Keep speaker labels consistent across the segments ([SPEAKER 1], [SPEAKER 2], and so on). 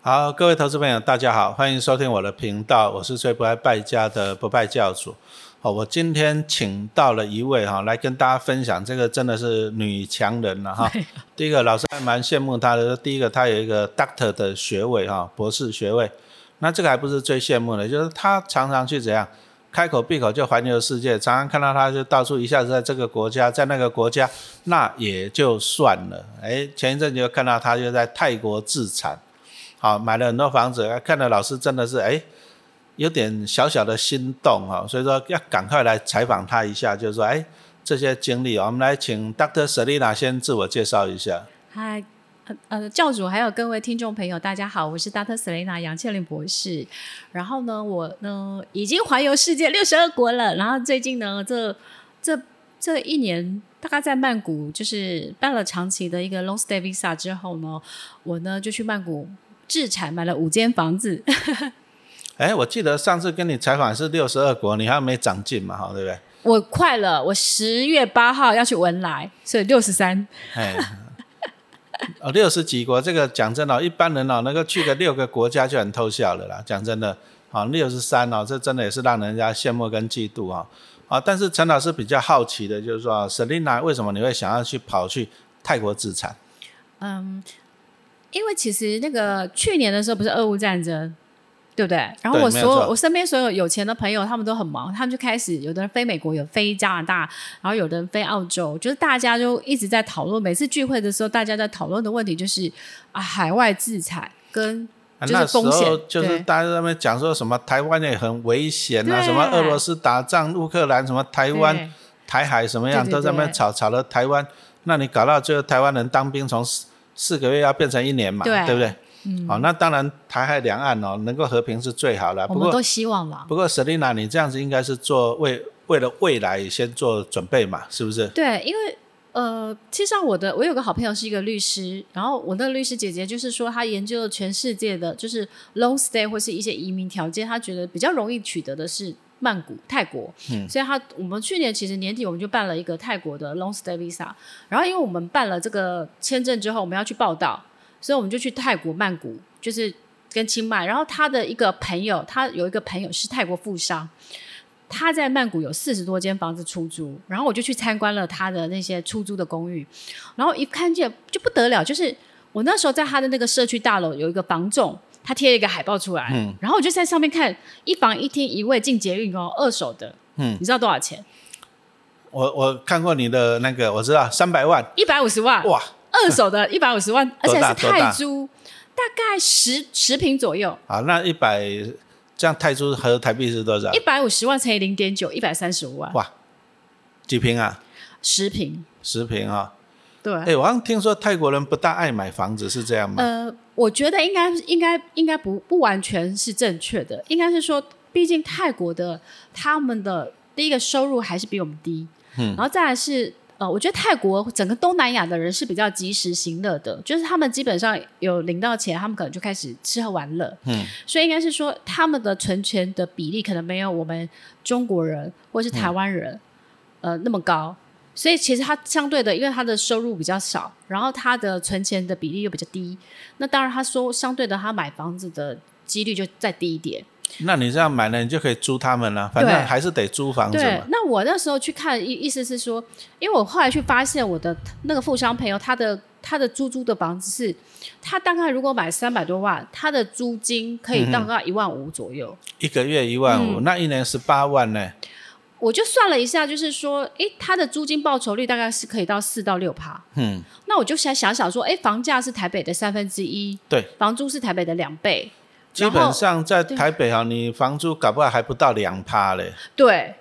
[SPEAKER 1] 好，各位投资朋友，大家好，欢迎收听我的频道，我是最不爱败家的不败教主。好，我今天请到了一位哈，来跟大家分享，这个真的是女强人了哈。第一个，老师还蛮羡慕她的，第一个她有一个 Doctor 的学位哈，博士学位。那这个还不是最羡慕的，就是她常常去怎样，开口闭口就环游世界，常常看到她就到处一下子在这个国家，在那个国家，那也就算了。哎，前一阵子就看到她就在泰国自产。好，买了很多房子，看到老师真的是哎，有点小小的心动哈、哦，所以说要赶快来采访他一下，就是说哎，这些经历，我们来请 Dr. Selina 先自我介绍一下。
[SPEAKER 2] 嗨，呃，教主还有各位听众朋友，大家好，我是 Dr. Selina 杨倩玲博士。然后呢，我呢已经环游世界六十二国了，然后最近呢，这这这一年。大概在曼谷，就是办了长期的一个 long stay visa 之后呢，我呢就去曼谷自产买了五间房子。
[SPEAKER 1] 哎，我记得上次跟你采访是六十二国，你还没长进嘛，哈，对不对？
[SPEAKER 2] 我快了，我十月八号要去文莱，所以六十三。
[SPEAKER 1] 哎，哦，六十几国，这个讲真哦，一般人哦能够去个六个国家就很偷笑了啦。讲真的，好六十三哦，这真的也是让人家羡慕跟嫉妒啊、哦。啊，但是陈老师比较好奇的就是说，Selina 为什么你会想要去跑去泰国自产？
[SPEAKER 2] 嗯，因为其实那个去年的时候不是俄乌战争。对不对？然后我所有我身边所有有钱的朋友，他们都很忙，他们就开始有的人飞美国，有飞加拿大，然后有的人飞澳洲，就是大家就一直在讨论。每次聚会的时候，大家在讨论的问题就是啊，海外制裁跟就是风险，
[SPEAKER 1] 啊、就是大家在那边讲说什么台湾也很危险啊，什么俄罗斯打仗、乌克兰什么台湾、台海什么样，
[SPEAKER 2] 对对对
[SPEAKER 1] 都在那边吵吵了台湾。那你搞到最后，台湾人当兵从四四个月要变成一年嘛，对不对？嗯，好、哦，那当然，台海两岸哦，能够和平是最好了。
[SPEAKER 2] 我们都希望了。
[SPEAKER 1] 不过，Selina，你这样子应该是做为为了未来先做准备嘛，是不是？
[SPEAKER 2] 对，因为呃，其实上我的我有个好朋友是一个律师，然后我的律师姐姐就是说，她研究了全世界的，就是 long stay 或是一些移民条件，她觉得比较容易取得的是曼谷、泰国。嗯，所以她我们去年其实年底我们就办了一个泰国的 long stay visa，然后因为我们办了这个签证之后，我们要去报道。所以我们就去泰国曼谷，就是跟清迈。然后他的一个朋友，他有一个朋友是泰国富商，他在曼谷有四十多间房子出租。然后我就去参观了他的那些出租的公寓，然后一看见就不得了，就是我那时候在他的那个社区大楼有一个房仲，他贴了一个海报出来，嗯、然后我就在上面看一房一厅一卫进捷运哦，二手的，嗯，你知道多少钱？
[SPEAKER 1] 我我看过你的那个，我知道三百万，
[SPEAKER 2] 一百五十万，
[SPEAKER 1] 哇！
[SPEAKER 2] 二手的一百五十万，而且是泰铢，大,大概十十平左右。
[SPEAKER 1] 啊，那一百这样泰铢和台币是多少？
[SPEAKER 2] 一百五十万乘以零点九，一百三十五万。
[SPEAKER 1] 哇，几平啊？
[SPEAKER 2] 十平。
[SPEAKER 1] 十平啊、哦。
[SPEAKER 2] 对。
[SPEAKER 1] 哎，我好像听说泰国人不大爱买房子，是这样吗？
[SPEAKER 2] 呃，我觉得应该应该应该不不完全是正确的，应该是说，毕竟泰国的他们的第一个收入还是比我们低，嗯，然后再来是。呃，我觉得泰国整个东南亚的人是比较及时行乐的，就是他们基本上有领到钱，他们可能就开始吃喝玩乐。嗯，所以应该是说他们的存钱的比例可能没有我们中国人或是台湾人、嗯、呃那么高，所以其实他相对的，因为他的收入比较少，然后他的存钱的比例又比较低，那当然他说相对的他买房子的几率就再低一点。
[SPEAKER 1] 那你这样买了，你就可以租他们了，反正还是得租房子嘛。
[SPEAKER 2] 那我那时候去看，意意思是说，因为我后来去发现我的那个富商朋友，他的他的租租的房子是，他大概如果买三百多万，他的租金可以大概一万五左右、
[SPEAKER 1] 嗯，一个月一万五，嗯、那一年十八万呢、欸。
[SPEAKER 2] 我就算了一下，就是说，诶，他的租金报酬率大概是可以到四到六趴。嗯，那我就想想想说，诶，房价是台北的三分之一，
[SPEAKER 1] 对，
[SPEAKER 2] 房租是台北的两倍。
[SPEAKER 1] 基本上在台北哈、啊，你房租搞不好还不到两趴嘞。
[SPEAKER 2] 对，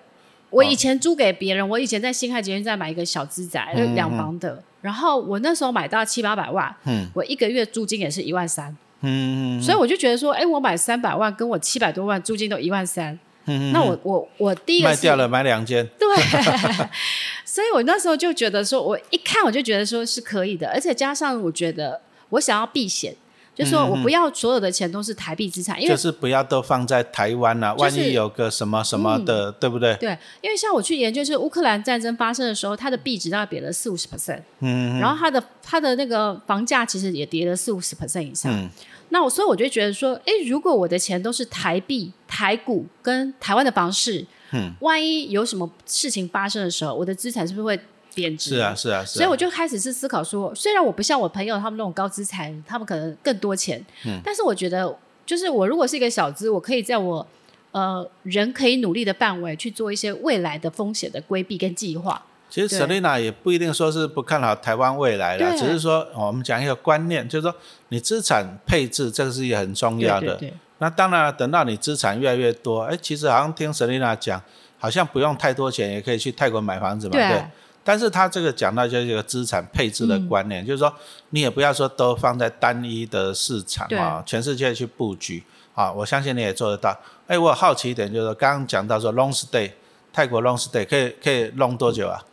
[SPEAKER 2] 我以前租给别人，哦、我以前在新海捷运站买一个小资宅，嗯、两房的，然后我那时候买到七八百万，嗯，我一个月租金也是一万三，嗯，所以我就觉得说，哎，我买三百万跟我七百多万租金都一万三，嗯，那我我我第一个
[SPEAKER 1] 卖掉了买两间，
[SPEAKER 2] 对， 所以我那时候就觉得说，我一看我就觉得说是可以的，而且加上我觉得我想要避险。就是说我不要所有的钱都是台币资产，因为
[SPEAKER 1] 就是不要都放在台湾啦、啊，
[SPEAKER 2] 就是嗯
[SPEAKER 1] 万一有个什么什么的，对不对？
[SPEAKER 2] 对，因为像我去研究，就是乌克兰战争发生的时候，它的币值大概贬了四五十 percent，
[SPEAKER 1] 嗯，
[SPEAKER 2] 然后它的它的那个房价其实也跌了四五十 percent 以上。
[SPEAKER 1] 嗯
[SPEAKER 2] 那我所以我就觉得说，诶，如果我的钱都是台币、台股跟台湾的房市，
[SPEAKER 1] 嗯，
[SPEAKER 2] 万一有什么事情发生的时候，我的资产是不是会贬值？
[SPEAKER 1] 是啊，。是啊，是
[SPEAKER 2] 嗯所以
[SPEAKER 1] 啊，
[SPEAKER 2] 我就开始是思考说，虽然我不像我朋友他们那种高资产，他们可能更多钱，
[SPEAKER 1] 嗯
[SPEAKER 2] 但是我觉得，就是我如果是一个小资，我可以在我呃人可以努力的范围去做一些未来的风险的规避跟计划。
[SPEAKER 1] 其实
[SPEAKER 2] 对
[SPEAKER 1] Selina 也不一定说是不看好台湾未来啦，
[SPEAKER 2] 对
[SPEAKER 1] 只是说、哦我们讲一个观念，就是说你资产配置这个是一个很重要的。
[SPEAKER 2] 对对对
[SPEAKER 1] 那当然了，等到你资产越来越多，哎，其实好像听 Selina 讲，好像不用太多钱也可以去泰国买房子嘛，
[SPEAKER 2] 对啊
[SPEAKER 1] 对。但是他这个讲到就是一个资产配置的观
[SPEAKER 2] 嗯
[SPEAKER 1] 念，就是说你也不要说都放在单一的市场
[SPEAKER 2] 对
[SPEAKER 1] 啊，全世界去布局啊，我相信你也做得到。哎，我好奇一点，就是说刚刚讲到说 long stay，泰国 long stay 可以可以 long 多久啊？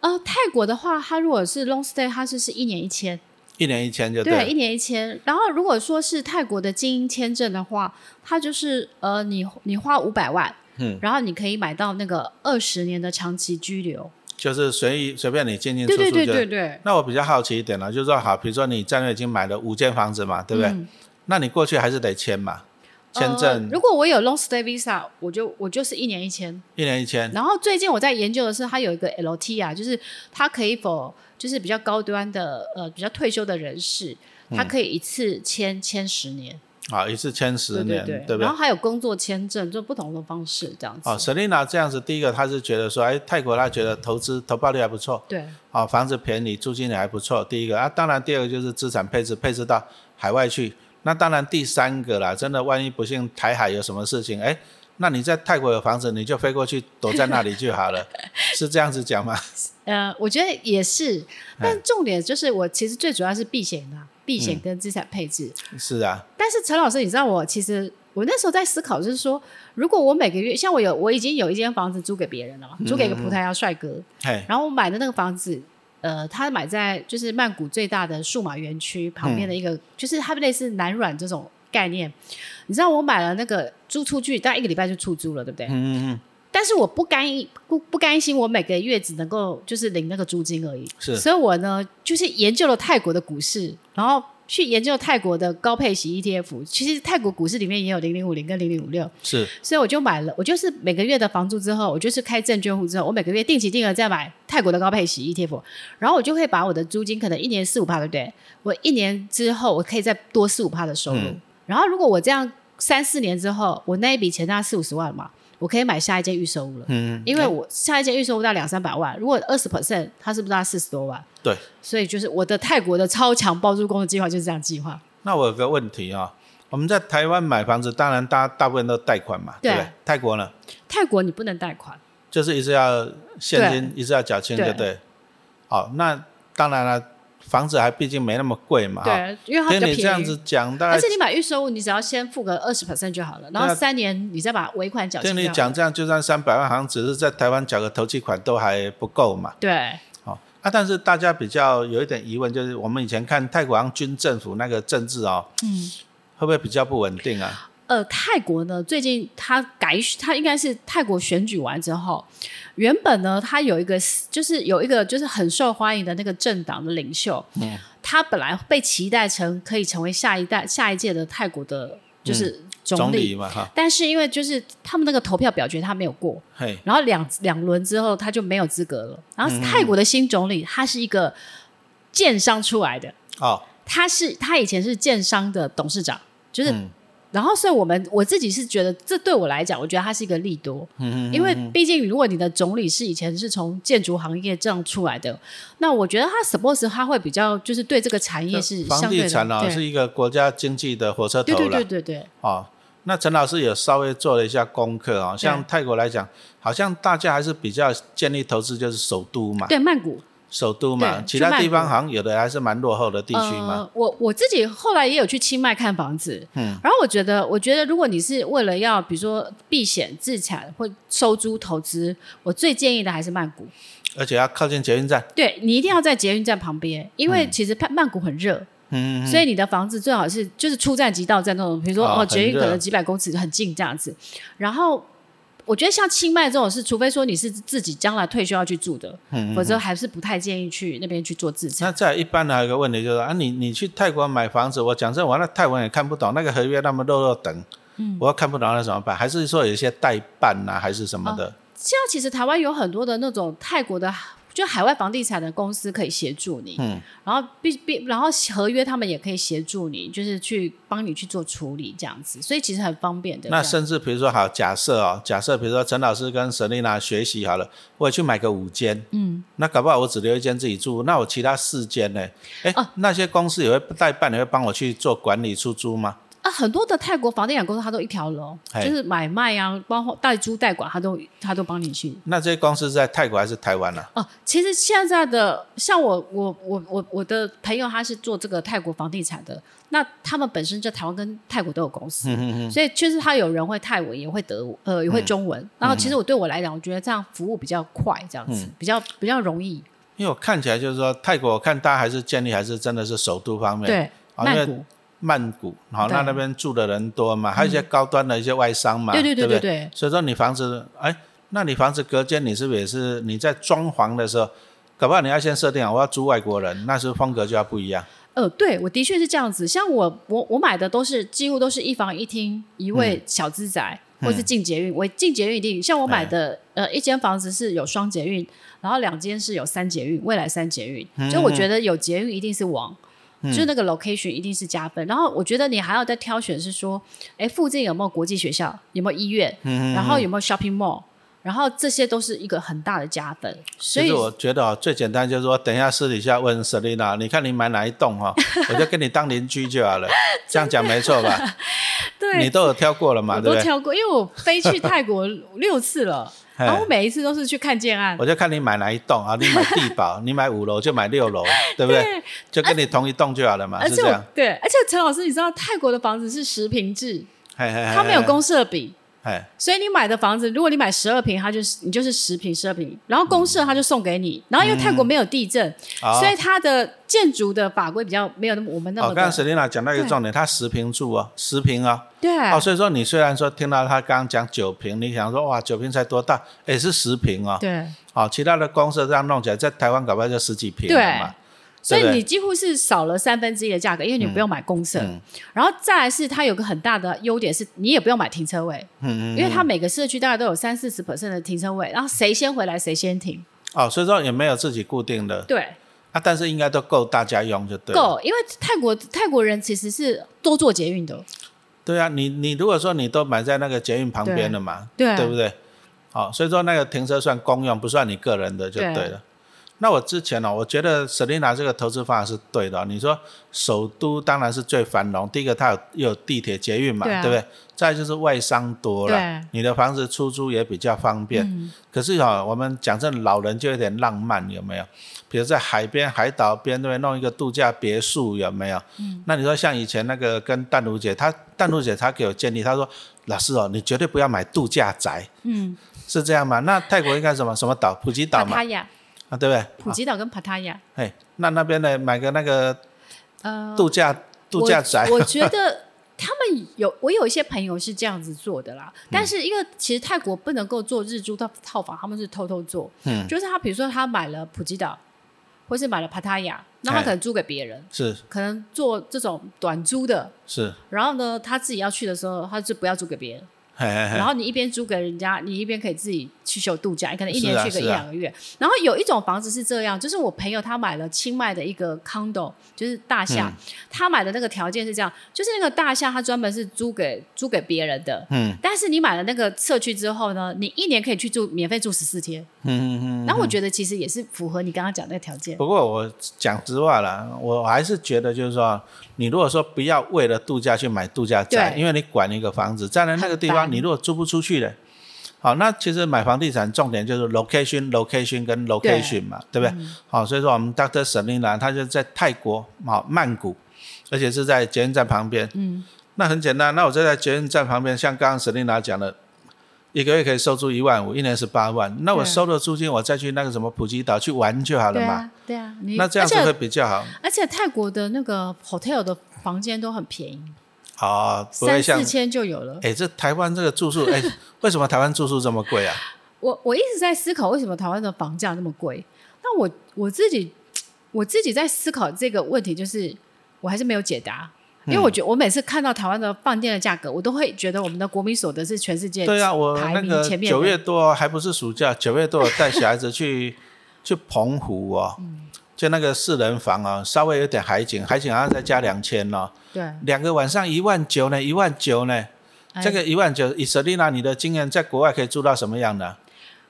[SPEAKER 2] 呃，泰国的话，它如果是 long stay，它就是一年一签，
[SPEAKER 1] 一年一千就
[SPEAKER 2] 对，啊
[SPEAKER 1] 了
[SPEAKER 2] 一年一签。然后如果说是泰国的精英签证的话，它就是呃，你你花五百万，
[SPEAKER 1] 嗯，
[SPEAKER 2] 然后你可以买到那个二十年的长期居留。
[SPEAKER 1] 就是随意随便你进进出
[SPEAKER 2] 对
[SPEAKER 1] 出就。
[SPEAKER 2] 对对对对，
[SPEAKER 1] 那我比较好奇一点了，就是说，好，比如说你战略已经买了五间房子嘛，对不对？
[SPEAKER 2] 嗯
[SPEAKER 1] 那你过去还是得签嘛，签
[SPEAKER 2] 呃
[SPEAKER 1] 证
[SPEAKER 2] 如果我有 long stay visa，我就我就是一年一签。
[SPEAKER 1] 一年一签，
[SPEAKER 2] 然后最近我在研究的是，它有一个 LT 啊，就是它可以否就是比较高端的呃比较退休的人士，
[SPEAKER 1] 嗯
[SPEAKER 2] 他可以一次签签十年，
[SPEAKER 1] 好，啊一次签十年，
[SPEAKER 2] 对对对，
[SPEAKER 1] 不对
[SPEAKER 2] 然？后还有工作签证，就不同的方式这样子。
[SPEAKER 1] 哦，Selina 这样子，第一个他是觉得说，哎，泰国他觉得投资投报率还不错，
[SPEAKER 2] 对
[SPEAKER 1] 哦，房子便宜，租金也还不错。第一个啊，当然第二个就是资产配置，配置到海外去。那当然第三个啦，真的万一不幸台海有什么事情，哎，那你在泰国有房子，你就飞过去躲在那里就好 了，是这样子讲吗？
[SPEAKER 2] 呃，我觉得也是，
[SPEAKER 1] 哎
[SPEAKER 2] 但重点就是我其实最主要是避险啊，避险
[SPEAKER 1] 嗯
[SPEAKER 2] 跟资产配置。
[SPEAKER 1] 是啊，
[SPEAKER 2] 但是陈老师，你知道我其实我那时候在思考，就是说，如果我每个月像我有我已经有一间房子租给别人了
[SPEAKER 1] 嗯
[SPEAKER 2] 嘛，租给一个葡萄牙帅哥，
[SPEAKER 1] 嘿，
[SPEAKER 2] 然后我买的那个房子。呃，他买在就是曼谷最大的数码园区旁边的一个，
[SPEAKER 1] 嗯
[SPEAKER 2] 就是他们类似南软这种概念。你知道我买了那个租出去，大概一个礼拜就出租了，对不对？
[SPEAKER 1] 嗯嗯嗯，
[SPEAKER 2] 但是我不甘意不不甘心，我每个月只能够就是领那个租金而已。
[SPEAKER 1] 是
[SPEAKER 2] 所以我呢就是研究了泰国的股市，然后去研究泰国的高配息 ETF。其实泰国股市里面也有零零五零跟零零五六，
[SPEAKER 1] 是
[SPEAKER 2] 所以我就买了。我就是每个月的房租之后，我就是开证券户之后，我每个月定期定额再买泰国的高配息 ETF，然后我就会把我的租金可能一年四五趴，对不对？我一年之后我可以再多四五趴的收入。
[SPEAKER 1] 嗯
[SPEAKER 2] 然后如果我这样三四年之后，我那一笔钱大概四五十万嘛，我可以买下一间预售屋了。
[SPEAKER 1] 嗯，
[SPEAKER 2] 因为我下一间预售屋到两三百万，如果二十 percent，它是不是大四十多万？
[SPEAKER 1] 对。
[SPEAKER 2] 所以就是我的泰国的超强包租公的计划就是这样计划。
[SPEAKER 1] 那我有个问题啊、我们在台湾买房子，当然大大部分都贷款嘛，
[SPEAKER 2] 对
[SPEAKER 1] 对不对？泰国呢，
[SPEAKER 2] 泰国你不能贷款，
[SPEAKER 1] 就是一直要现金，一直要缴清，
[SPEAKER 2] 对
[SPEAKER 1] 对不对？好，那当然了，房子还毕竟没那么贵嘛，哈。
[SPEAKER 2] 对，因为它比
[SPEAKER 1] 听
[SPEAKER 2] 较
[SPEAKER 1] 啊你这样
[SPEAKER 2] 便宜。
[SPEAKER 1] 子讲，大
[SPEAKER 2] 而
[SPEAKER 1] 概
[SPEAKER 2] 且你买预售物，你只要先付个二十 percent 就好了，然
[SPEAKER 1] 对
[SPEAKER 2] 后
[SPEAKER 1] 啊
[SPEAKER 2] 三年你再把尾款缴清
[SPEAKER 1] 听
[SPEAKER 2] 掉。
[SPEAKER 1] 你讲这样，就算三百万，好像只是在台湾缴个头期款都还不够嘛。
[SPEAKER 2] 对
[SPEAKER 1] 哦，啊，但是大家比较有一点疑问，就是我们以前看泰国好像军政府那个政治哦，嗯，会不会比较不稳定啊？
[SPEAKER 2] 呃，泰国呢，最近他改，他应该是泰国选举完之后，原本呢，他有一个就是有一个就是很受欢迎的那个政党的领袖，
[SPEAKER 1] 嗯
[SPEAKER 2] 他本来被期待成可以成为下一代下一届的泰国的，就是总
[SPEAKER 1] 总
[SPEAKER 2] 理，
[SPEAKER 1] 理嘛，哈，
[SPEAKER 2] 但是因为就是他们那个投票表决他没有过，
[SPEAKER 1] 嘿，
[SPEAKER 2] 然后两两轮之后他就没有资格了。然后泰国的新总理他是一个建商出来的，
[SPEAKER 1] 哦，
[SPEAKER 2] 他是他以前是建商的董事长，就是。
[SPEAKER 1] 嗯
[SPEAKER 2] 然后，所以我们我自己是觉得，这对我来讲，我觉得他是一个利多，
[SPEAKER 1] 嗯
[SPEAKER 2] 因为毕竟如果你的总理是以前是从建筑行业这样出来的，那我觉得他 suppose 他会比较就是对这个产业是
[SPEAKER 1] 房
[SPEAKER 2] 相对
[SPEAKER 1] 地
[SPEAKER 2] 的
[SPEAKER 1] 产啊、
[SPEAKER 2] 对
[SPEAKER 1] 是一个国家经济的火车头
[SPEAKER 2] 对
[SPEAKER 1] 了
[SPEAKER 2] 对对对对，
[SPEAKER 1] 哦。那陈老师也稍微做了一下功课啊、哦，像泰国来讲，好像大家还是比较建立投资就是首都嘛，
[SPEAKER 2] 对曼谷
[SPEAKER 1] 首都嘛，
[SPEAKER 2] 对
[SPEAKER 1] 其
[SPEAKER 2] 去
[SPEAKER 1] 他
[SPEAKER 2] 曼
[SPEAKER 1] 地方
[SPEAKER 2] 谷
[SPEAKER 1] 好像有的还是蛮落后的地区嘛。
[SPEAKER 2] 呃、我我自己后来也有去清迈看房子，
[SPEAKER 1] 嗯
[SPEAKER 2] 然后我觉得，我觉得如果你是为了要比如说避险、自产或收租投资，我最建议的还是曼谷。
[SPEAKER 1] 而且要靠近捷运站，
[SPEAKER 2] 对你一定要在捷运站旁边，因为其实曼曼谷很热，
[SPEAKER 1] 嗯，
[SPEAKER 2] 所以你的房子最好是就是出站即到站那种，比如说
[SPEAKER 1] 啊
[SPEAKER 2] 哦，
[SPEAKER 1] 很
[SPEAKER 2] 捷运可
[SPEAKER 1] 热
[SPEAKER 2] 能几百公尺很近这样子。然后我觉得像清迈这种事，除非说你是自己将来退休要去住的，
[SPEAKER 1] 嗯
[SPEAKER 2] 否则还是不太建议去那边去做自产。
[SPEAKER 1] 那再来一般的还有一个问题就是啊，你你去泰国买房子，我讲真，我那泰文也看不懂，那个合约那么肉肉等，嗯，我要看不懂那怎么办？还是说有一些代办呐、还是什么的？
[SPEAKER 2] 现在其实台湾有很多的那种泰国的。就海外房地产的公司可以协助你，
[SPEAKER 1] 嗯
[SPEAKER 2] 然后必必然后合约他们也可以协助你，就是去帮你去做处理这样子，所以其实很方便的。
[SPEAKER 1] 那
[SPEAKER 2] 这样
[SPEAKER 1] 甚至比如说好，假设哦，假设比如说陈老师跟沈丽娜学习好了，我也去买个五间，嗯，那搞不好我只留一间自己住，那我其他四间呢？哎、
[SPEAKER 2] 哦
[SPEAKER 1] 那些公司也会代办，也会帮我去做管理出租吗？
[SPEAKER 2] 啊，很多的泰国房地产公司它都一条龙，
[SPEAKER 1] 嘿
[SPEAKER 2] 就是买卖啊，包括代租代管，它都它都帮你去。
[SPEAKER 1] 那这些公司是在泰国还是台湾啊？
[SPEAKER 2] 哦，其实现在的像我我我我我的朋友他是做这个泰国房地产的，那他们本身在台湾跟泰国都有公司，
[SPEAKER 1] 嗯
[SPEAKER 2] 所以确实他有人会泰文，也会德文，呃，也会中文。然后
[SPEAKER 1] 嗯
[SPEAKER 2] 其实我对我来讲，我觉得这样服务比较快，这样子、比较比较容易。
[SPEAKER 1] 因为我看起来就是说泰国，我看大家还是建立还是真的是首都方面，
[SPEAKER 2] 对，
[SPEAKER 1] 好啊因为
[SPEAKER 2] 曼谷，
[SPEAKER 1] 曼谷，好，
[SPEAKER 2] 对嗯
[SPEAKER 1] 那那边住的人多嘛，还有一些高端的一些外商嘛，
[SPEAKER 2] 对对
[SPEAKER 1] 对
[SPEAKER 2] 对
[SPEAKER 1] 不
[SPEAKER 2] 对对，
[SPEAKER 1] 所以说你房子，哎，那你房子隔间，你是不是也是你在装潢的时候，搞不好你要先设定好，我要租外国人，那是不是风格就要不一样。
[SPEAKER 2] 呃，对我的确是这样子。像我，我我买的都是几乎都是一房一厅一卫小资宅，或是进捷运。我进捷运一定像我买的，呃，一间房子是有双捷运，然后两间是有三捷运，未来三捷运。所以我觉得有捷运一定是王。就那个 location 一定是加分，然后我觉得你还要再挑选是说，哎，附近有没有国际学校，有没有医院，然后有没有 shopping mall，然后这些都是一个很大的加分。所
[SPEAKER 1] 其
[SPEAKER 2] 以
[SPEAKER 1] 实我觉得哦，最简单就是说，等一下私底下问 Selina，你看你买哪一栋哈、我就跟你当邻居就好 了，这样讲没错吧？
[SPEAKER 2] 对
[SPEAKER 1] 你都有挑过了嘛，
[SPEAKER 2] 我
[SPEAKER 1] 对
[SPEAKER 2] 都
[SPEAKER 1] 不对？
[SPEAKER 2] 挑过，因为我 飞去泰国六次了，
[SPEAKER 1] 嘿哦
[SPEAKER 2] 然后我每一次都是去看建案。
[SPEAKER 1] 我就看你买哪一栋啊，你买地堡，你买五楼就买六 楼，对不对？就跟你同一栋就好了嘛，
[SPEAKER 2] 而
[SPEAKER 1] 是
[SPEAKER 2] 且
[SPEAKER 1] 这
[SPEAKER 2] 我
[SPEAKER 1] 样。
[SPEAKER 2] 对，而且陈老师，你知道泰国的房子是十平制，
[SPEAKER 1] 他
[SPEAKER 2] 它没有公社比，
[SPEAKER 1] 哎，
[SPEAKER 2] 所以你买的房子，如果你买十二平，它就是你就是十平十二平，然后公社它就送给你。然后因为
[SPEAKER 1] 嗯
[SPEAKER 2] 泰国没有地震，
[SPEAKER 1] 好
[SPEAKER 2] 所以它的建筑的法规比较没有那么我们那
[SPEAKER 1] 哦，
[SPEAKER 2] 么
[SPEAKER 1] 刚刚
[SPEAKER 2] 的
[SPEAKER 1] Selina 讲到一个
[SPEAKER 2] 对
[SPEAKER 1] 重点，它十平住哦，十平哦，
[SPEAKER 2] 对
[SPEAKER 1] 哦，所以说你虽然说听到他刚刚讲九平，你想说哇九平才多大，也是十平哦，
[SPEAKER 2] 对。
[SPEAKER 1] 哦，其他的公社这样弄起来，在台湾搞不好就十几平了嘛，
[SPEAKER 2] 所以
[SPEAKER 1] 对不对
[SPEAKER 2] 你几乎是少了三分之一的价格，因为你不用买公社，
[SPEAKER 1] 嗯
[SPEAKER 2] 然后再来是它有个很大的优点是，你也不用买停车位，
[SPEAKER 1] 嗯嗯，
[SPEAKER 2] 因为它每个社区大概都有三四十 percent 的停车位，然后谁先回来谁先停。
[SPEAKER 1] 哦，所以说也没有自己固定的
[SPEAKER 2] 对，
[SPEAKER 1] 啊，但是应该都够大家用就对了，
[SPEAKER 2] 够，因为泰国泰国人其实是多做捷运的，
[SPEAKER 1] 对啊，你你如果说你都买在那个捷运旁边的嘛，
[SPEAKER 2] 对
[SPEAKER 1] 不对？好、所以说那个停车算公用，不算你个人的就对了。
[SPEAKER 2] 对
[SPEAKER 1] 那我之前呢、哦，我觉得 Selina 这个投资方法是对的哦、你说首都当然是最繁荣，第一个它有又有地铁、捷运嘛，
[SPEAKER 2] 对啊
[SPEAKER 1] 不对？再来就是外商多了
[SPEAKER 2] 对，嗯
[SPEAKER 1] 你的房子出租也比较方便。可是哈、我们讲这老人就有点浪漫，有没有？比如在海边、海岛边对不对？弄一个度假别墅，有没有？嗯，那你说像以前那个跟淡如姐，她淡如姐她给我建议，她说老师哦，你绝对不要买度假宅，
[SPEAKER 2] 嗯，
[SPEAKER 1] 是这样吗？那泰国应该什么什么岛？普吉岛
[SPEAKER 2] 帕
[SPEAKER 1] 嘛
[SPEAKER 2] 塔，亚、
[SPEAKER 1] 啊，对不对？
[SPEAKER 2] 普吉岛跟帕塔亚，
[SPEAKER 1] 哎，那那边呢，买个那个
[SPEAKER 2] 呃，
[SPEAKER 1] 度假、度假宅，
[SPEAKER 2] 我我觉得他们有，我有一些朋友是这样子做的
[SPEAKER 1] 嗯
[SPEAKER 2] 啦。但是因为其实泰国不能够做日租套套房，他们是偷偷做。
[SPEAKER 1] 嗯
[SPEAKER 2] 就是他比如说他买了普吉岛，或是买了帕塔亚，那
[SPEAKER 1] 哎
[SPEAKER 2] 他可能租给别人，
[SPEAKER 1] 是
[SPEAKER 2] 可能做这种短租的。
[SPEAKER 1] 是，
[SPEAKER 2] 然后呢，他自己要去的时候，他就不要租给别人。
[SPEAKER 1] 嘿嘿嘿
[SPEAKER 2] 然后你一边租给人家，你一边可以自己去休度假，你可能一
[SPEAKER 1] 是
[SPEAKER 2] 年
[SPEAKER 1] 啊
[SPEAKER 2] 去个
[SPEAKER 1] 是
[SPEAKER 2] 一
[SPEAKER 1] 啊
[SPEAKER 2] 两个月。然后有一种房子是这样，就是我朋友他买了清迈的一个 condo，就是大厦，
[SPEAKER 1] 嗯
[SPEAKER 2] 他买的那个条件是这样，就是那个大厦他专门是租给租给别人的。
[SPEAKER 1] 嗯
[SPEAKER 2] 但是你买了那个社区之后呢，你一年可以去住免费住十四天，
[SPEAKER 1] 嗯嗯嗯。
[SPEAKER 2] 然后我觉得其实也是符合你刚刚讲那个条件。
[SPEAKER 1] 不过我讲实话啦，我还是觉得就是说，你如果说不要为了度假去买度假宅，
[SPEAKER 2] 对
[SPEAKER 1] 因为你管一个房子，站在那个地
[SPEAKER 2] 很
[SPEAKER 1] 方，
[SPEAKER 2] 烦
[SPEAKER 1] 你如果租不出去的，好，那其实买房地产重点就是 location、location 跟 location 嘛，对不对？
[SPEAKER 2] 嗯
[SPEAKER 1] 好，所以说我们 Dr. Selina 她就在泰国，好曼谷，而且是在捷运站旁边。
[SPEAKER 2] 嗯，
[SPEAKER 1] 那很简单，那我就在捷运站旁边，像刚刚 Selina 讲的。一个月可以收租一万五，一年是八万。那我
[SPEAKER 2] 对
[SPEAKER 1] 收了租金，我再去那个什么普吉岛去玩就好了
[SPEAKER 2] 对
[SPEAKER 1] 嘛。
[SPEAKER 2] 啊，对啊，你
[SPEAKER 1] 那这样子
[SPEAKER 2] 而且
[SPEAKER 1] 会比较好
[SPEAKER 2] 而且泰国的那个 hotel 的房间都很便宜，
[SPEAKER 1] 啊，不会
[SPEAKER 2] 三
[SPEAKER 1] 像
[SPEAKER 2] 四千就有了。
[SPEAKER 1] 哎，这台湾这个住宿，哎，为什么台湾住宿这么贵啊？
[SPEAKER 2] 我我一直在思考为什么台湾的房价那么贵。那我我自己我自己在思考这个问题，就是我还是没有解答。因为
[SPEAKER 1] 嗯
[SPEAKER 2] 我觉我每次看到台湾的饭店的价格，我都会觉得我们的国民所得是全世界
[SPEAKER 1] 对啊，我
[SPEAKER 2] 排
[SPEAKER 1] 那
[SPEAKER 2] 名
[SPEAKER 1] 个
[SPEAKER 2] 前面的
[SPEAKER 1] 九月多还不是暑假，九月多我带小孩子去去澎湖哦，
[SPEAKER 2] 嗯
[SPEAKER 1] 就那个四人房哦，稍微有点海景，海景好像再加两千哦，
[SPEAKER 2] 对
[SPEAKER 1] 两个晚上一万九呢，一万九呢，
[SPEAKER 2] 哎
[SPEAKER 1] 这个一万九，以 Selina 你的经验，在国外可以住到什么样的？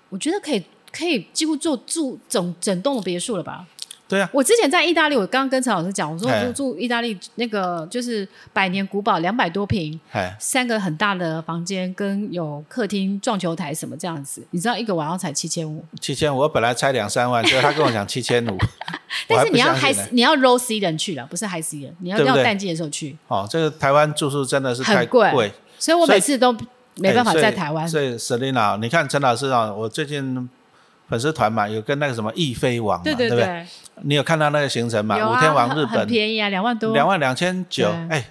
[SPEAKER 2] 我觉得可以可以几乎做住整整栋的别墅了吧？
[SPEAKER 1] 对啊，
[SPEAKER 2] 我之前在意大利，我刚刚跟陈老师讲，我说我
[SPEAKER 1] 哎
[SPEAKER 2] 住住意大利那个就是百年古堡，两百多平，
[SPEAKER 1] 哎，
[SPEAKER 2] 三个很大的房间跟有客厅、撞球台什么这样子，你知道一个晚上才七千五，
[SPEAKER 1] 七千五，我本来猜两三万，结果他跟我讲七千五，我
[SPEAKER 2] 但
[SPEAKER 1] 还
[SPEAKER 2] 是
[SPEAKER 1] 不
[SPEAKER 2] 你要
[SPEAKER 1] 相
[SPEAKER 2] high
[SPEAKER 1] 信呢。
[SPEAKER 2] 你要 low C 人去了，不是 high C 人，你要
[SPEAKER 1] 对不对
[SPEAKER 2] 要淡季的时候去，
[SPEAKER 1] 哦，这个台湾住宿真的是
[SPEAKER 2] 很
[SPEAKER 1] 太
[SPEAKER 2] 贵
[SPEAKER 1] 贵
[SPEAKER 2] 所以我
[SPEAKER 1] 所以
[SPEAKER 2] 每次都没办法
[SPEAKER 1] 哎所以
[SPEAKER 2] 在台湾。
[SPEAKER 1] 所以 Selina，你看陈老师啊，我最近粉丝团嘛，有跟那个什么易飞网嘛，
[SPEAKER 2] 对
[SPEAKER 1] 不
[SPEAKER 2] 对，
[SPEAKER 1] 对？你有看到那个行程嘛？
[SPEAKER 2] 有
[SPEAKER 1] 五
[SPEAKER 2] 啊，
[SPEAKER 1] 天往日
[SPEAKER 2] 很很
[SPEAKER 1] 本，
[SPEAKER 2] 便宜啊，两万多，
[SPEAKER 1] 两万两千九
[SPEAKER 2] 对。
[SPEAKER 1] 哎，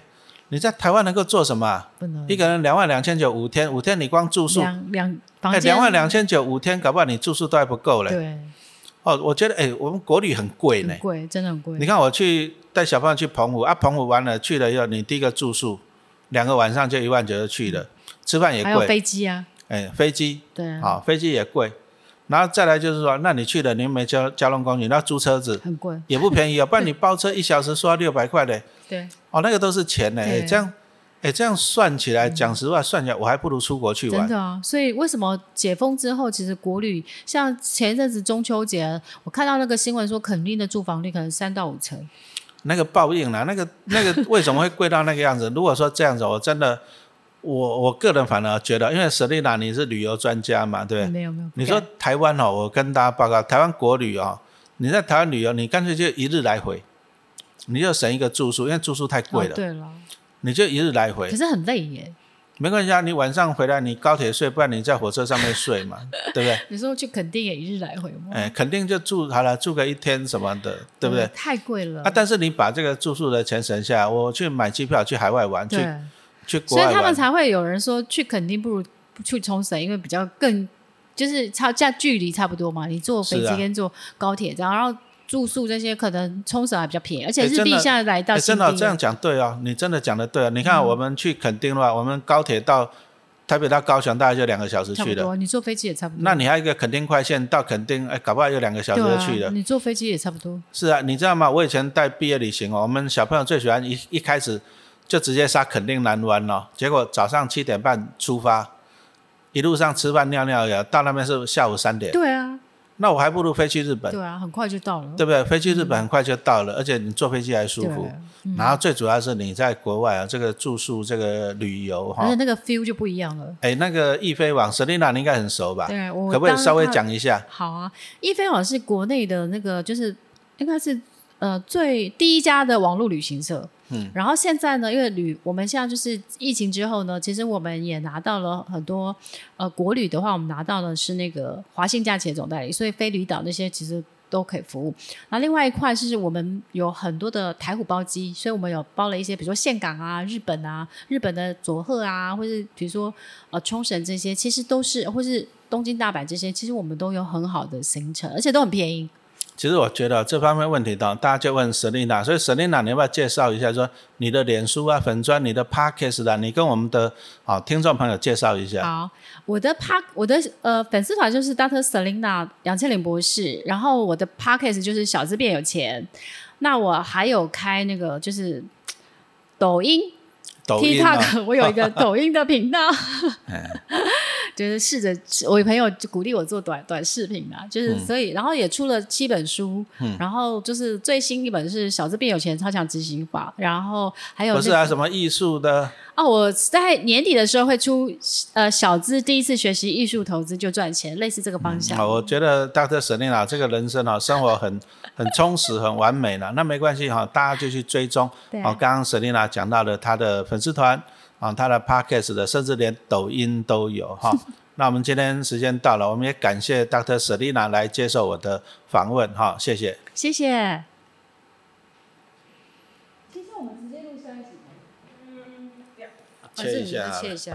[SPEAKER 1] 你在台湾能够做什么啊？
[SPEAKER 2] 不能
[SPEAKER 1] 一个人两万两千九，五天，五天你光住宿，
[SPEAKER 2] 两两房
[SPEAKER 1] 哎，
[SPEAKER 2] 间
[SPEAKER 1] 两万两千九，五天，搞不好你住宿都还不够嘞。
[SPEAKER 2] 对，嗯
[SPEAKER 1] 哦，我觉得哎，我们国旅很贵呢
[SPEAKER 2] 很。贵，真的很贵
[SPEAKER 1] 你。看我去带小朋友去澎湖啊，澎湖玩了去了以后，你第一个住宿两个晚上就一万九就去了，吃饭也
[SPEAKER 2] 嗯还有
[SPEAKER 1] 贵，
[SPEAKER 2] 飞机啊，
[SPEAKER 1] 哎，飞机
[SPEAKER 2] 对啊，
[SPEAKER 1] 好，飞机也贵，然后再来就是说，那你去了，你又没交交通工具，那租车子
[SPEAKER 2] 很贵，
[SPEAKER 1] 也不 便宜哦，不然你包车一小时刷六百块嘞，
[SPEAKER 2] 对，
[SPEAKER 1] 哦，那个都是钱嘞，哎
[SPEAKER 2] 对嗯
[SPEAKER 1] 这样，哎，这样算起来，讲实话，算起来我还不如出国去
[SPEAKER 2] 真
[SPEAKER 1] 玩，
[SPEAKER 2] 的啊。所以为什么解封之后，其实国旅像前一阵子中秋节，我看到那个新闻说，垦丁的住房率可能三到五成，
[SPEAKER 1] 那个报应啦，那个那个为什么会贵到那个样子？如果说这样子，我真的，我我个人反而觉得，因为舍利娜你是旅游专家嘛，对不对？
[SPEAKER 2] 没有没有。
[SPEAKER 1] 你说台湾哦，我跟大家报告，台湾国旅哦，你在台湾旅哦游，你干脆就一日来回，你就省一个住宿，因为住宿太贵
[SPEAKER 2] 哦
[SPEAKER 1] 了，
[SPEAKER 2] 对了，
[SPEAKER 1] 你就一日来
[SPEAKER 2] 可
[SPEAKER 1] 回，
[SPEAKER 2] 是很累耶。
[SPEAKER 1] 没关系啊，你晚上回来你高铁睡，不然你在火车上面睡 嘛，对不对？
[SPEAKER 2] 你说去垦丁也一日来回吗？
[SPEAKER 1] 哎，肯定就住好了，住个一天什么的，对不对？
[SPEAKER 2] 嗯太贵了
[SPEAKER 1] 啊，但是你把这个住宿的钱省下来，我去买机票去海外玩，去
[SPEAKER 2] 对，
[SPEAKER 1] 去国
[SPEAKER 2] 所
[SPEAKER 1] 外
[SPEAKER 2] 以他们
[SPEAKER 1] 玩，
[SPEAKER 2] 才会有人说去垦丁不如去冲绳，因为比较更就是差价距离差不多嘛，你坐飞
[SPEAKER 1] 是啊
[SPEAKER 2] 机跟坐高铁这样，然后住宿这些可能冲绳还比较便宜，而且
[SPEAKER 1] 哎
[SPEAKER 2] 日
[SPEAKER 1] 真
[SPEAKER 2] 币
[SPEAKER 1] 的
[SPEAKER 2] 现在来到
[SPEAKER 1] 哎
[SPEAKER 2] 新
[SPEAKER 1] 真
[SPEAKER 2] 低
[SPEAKER 1] 的
[SPEAKER 2] 了、
[SPEAKER 1] 哦这样讲对哦，你真的讲的对哦。你
[SPEAKER 2] 嗯
[SPEAKER 1] 看我们去垦丁的话，我们高铁到台北到高雄大概就两个小时
[SPEAKER 2] 差
[SPEAKER 1] 去
[SPEAKER 2] 不
[SPEAKER 1] 了。
[SPEAKER 2] 多，你坐飞机也差不多。
[SPEAKER 1] 那你还有一个垦丁快线到垦丁，哎，搞不好有两个小时
[SPEAKER 2] 对
[SPEAKER 1] 就
[SPEAKER 2] 啊
[SPEAKER 1] 去了。
[SPEAKER 2] 你坐飞机也差不多。
[SPEAKER 1] 是啊，你知道吗？我以前带毕业旅行哦，我们小朋友最喜欢一一开始就直接杀垦丁南湾哦，结果早上七点半出发，一路上吃饭尿尿也到那边是下午三点，
[SPEAKER 2] 对啊，
[SPEAKER 1] 那我还不如飞去日本，
[SPEAKER 2] 对啊，很快就到了。
[SPEAKER 1] 对不对？飞去日本很快就到了，而且你坐飞机还舒
[SPEAKER 2] 对嗯
[SPEAKER 1] 服。然后最主要是你在国外啊，这个住宿、这个旅游哈、
[SPEAKER 2] 而且那个 feel 就不一样了。
[SPEAKER 1] 哎，那个易飞网 Selina 你应该很熟吧？
[SPEAKER 2] 对，我
[SPEAKER 1] 啊可不可以
[SPEAKER 2] 当
[SPEAKER 1] 稍微
[SPEAKER 2] 他
[SPEAKER 1] 讲一下？
[SPEAKER 2] 好啊，易飞网是国内的那个，就是应该是呃最第一家的网络旅行社。嗯，然后现在呢，因为旅我们现在就是疫情之后呢，其实我们也拿到了很多呃国旅的话，我们拿到的是那个华信假期的总代理，所以飞旅岛那些其实都可以服务。那另外一块是我们有很多的台虎包机，所以我们有包了一些，比如说岘港啊、日本啊、日本的佐贺啊，或是比如说呃冲绳这些，其实都是或是东京、大阪这些，其实我们都有很好的行程，而且都很便宜。
[SPEAKER 1] 其实我觉得这方面问题的，大家就问 Selina，所以 Selina，你要不要介绍一下说你的脸书啊、粉砖、你的 Podcast 啊，你跟我们的啊、听众朋友介绍一下。
[SPEAKER 2] 好，我的 park 我的呃粉丝团就是 Dr. Selina 杨千灵博士，然后我的 podcast 就是小资变有钱。那我还有开那个就是抖音
[SPEAKER 1] 抖音啊，哎
[SPEAKER 2] TikTok，我有 一个抖音的 频道， 就是试着我朋友就鼓励我做短短视频嘛，就是
[SPEAKER 1] 嗯
[SPEAKER 2] 所以、然后也出了七本书，然后就是最新一本是《小资变有钱：超强执行法》，然后还有、那
[SPEAKER 1] 不
[SPEAKER 2] 个、
[SPEAKER 1] 是啊，什么艺术的，
[SPEAKER 2] 哦，我在年底的时候会出呃小资第一次学习艺术投资就赚钱，类似这个方向。
[SPEAKER 1] 啊，我觉得 Dr. Selina 这个人生啊，生活很很充实、很完哦美了。那没关系哈、大家就去追踪
[SPEAKER 2] 对啊
[SPEAKER 1] 哦，刚刚 Selina 讲到了她的粉丝团。啊，他的 podcast 的，甚至连抖音都有哈。那我们今天时间到了，我们也感谢 Dr. Selina 来接受我的访问哈，谢谢。
[SPEAKER 2] 谢谢。
[SPEAKER 3] 其实我们直接录下一集。
[SPEAKER 2] 还
[SPEAKER 1] 切
[SPEAKER 2] 是
[SPEAKER 1] 一
[SPEAKER 2] 你们
[SPEAKER 1] 下好了
[SPEAKER 2] 哦切一下。